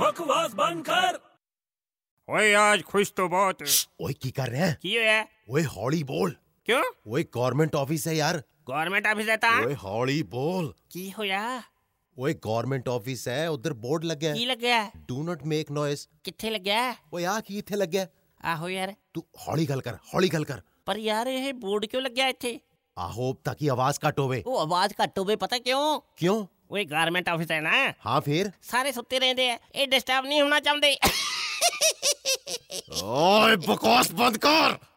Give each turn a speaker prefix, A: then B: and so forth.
A: बकवास बंद कर
B: ओए आज खुश तो बहुत है।
C: ओए की कर रहे हैं
B: क्यों है
C: ओए हौली बोल
B: क्यों
C: ओए गवर्नमेंट ऑफिस है यार
B: गवर्नमेंट ऑफिस है ता
C: ओए हौली बोल
B: की होया
C: ओए गवर्नमेंट ऑफिस है उधर बोर्ड लग गया
B: की लग गया
C: डू नॉट मेक नॉइस
B: किथे लग गया
C: ओए आ की इथे लग गया
B: आहो यार
C: तू हौली गल कर हौली गल कर
B: पर यार ये बोर्ड क्यों लग गया इथे
C: आहो ताकि आवाज कट होवे
B: वो आवाज घट होवे पता क्यों
C: क्यों
B: वो गवर्नमेंट ऑफिस है ना
C: हाँ फिर
B: सारे सुत्ते रहंदे हैं ये डिस्टर्ब नहीं होना चाहंदे
C: ओए बकवास बंद कर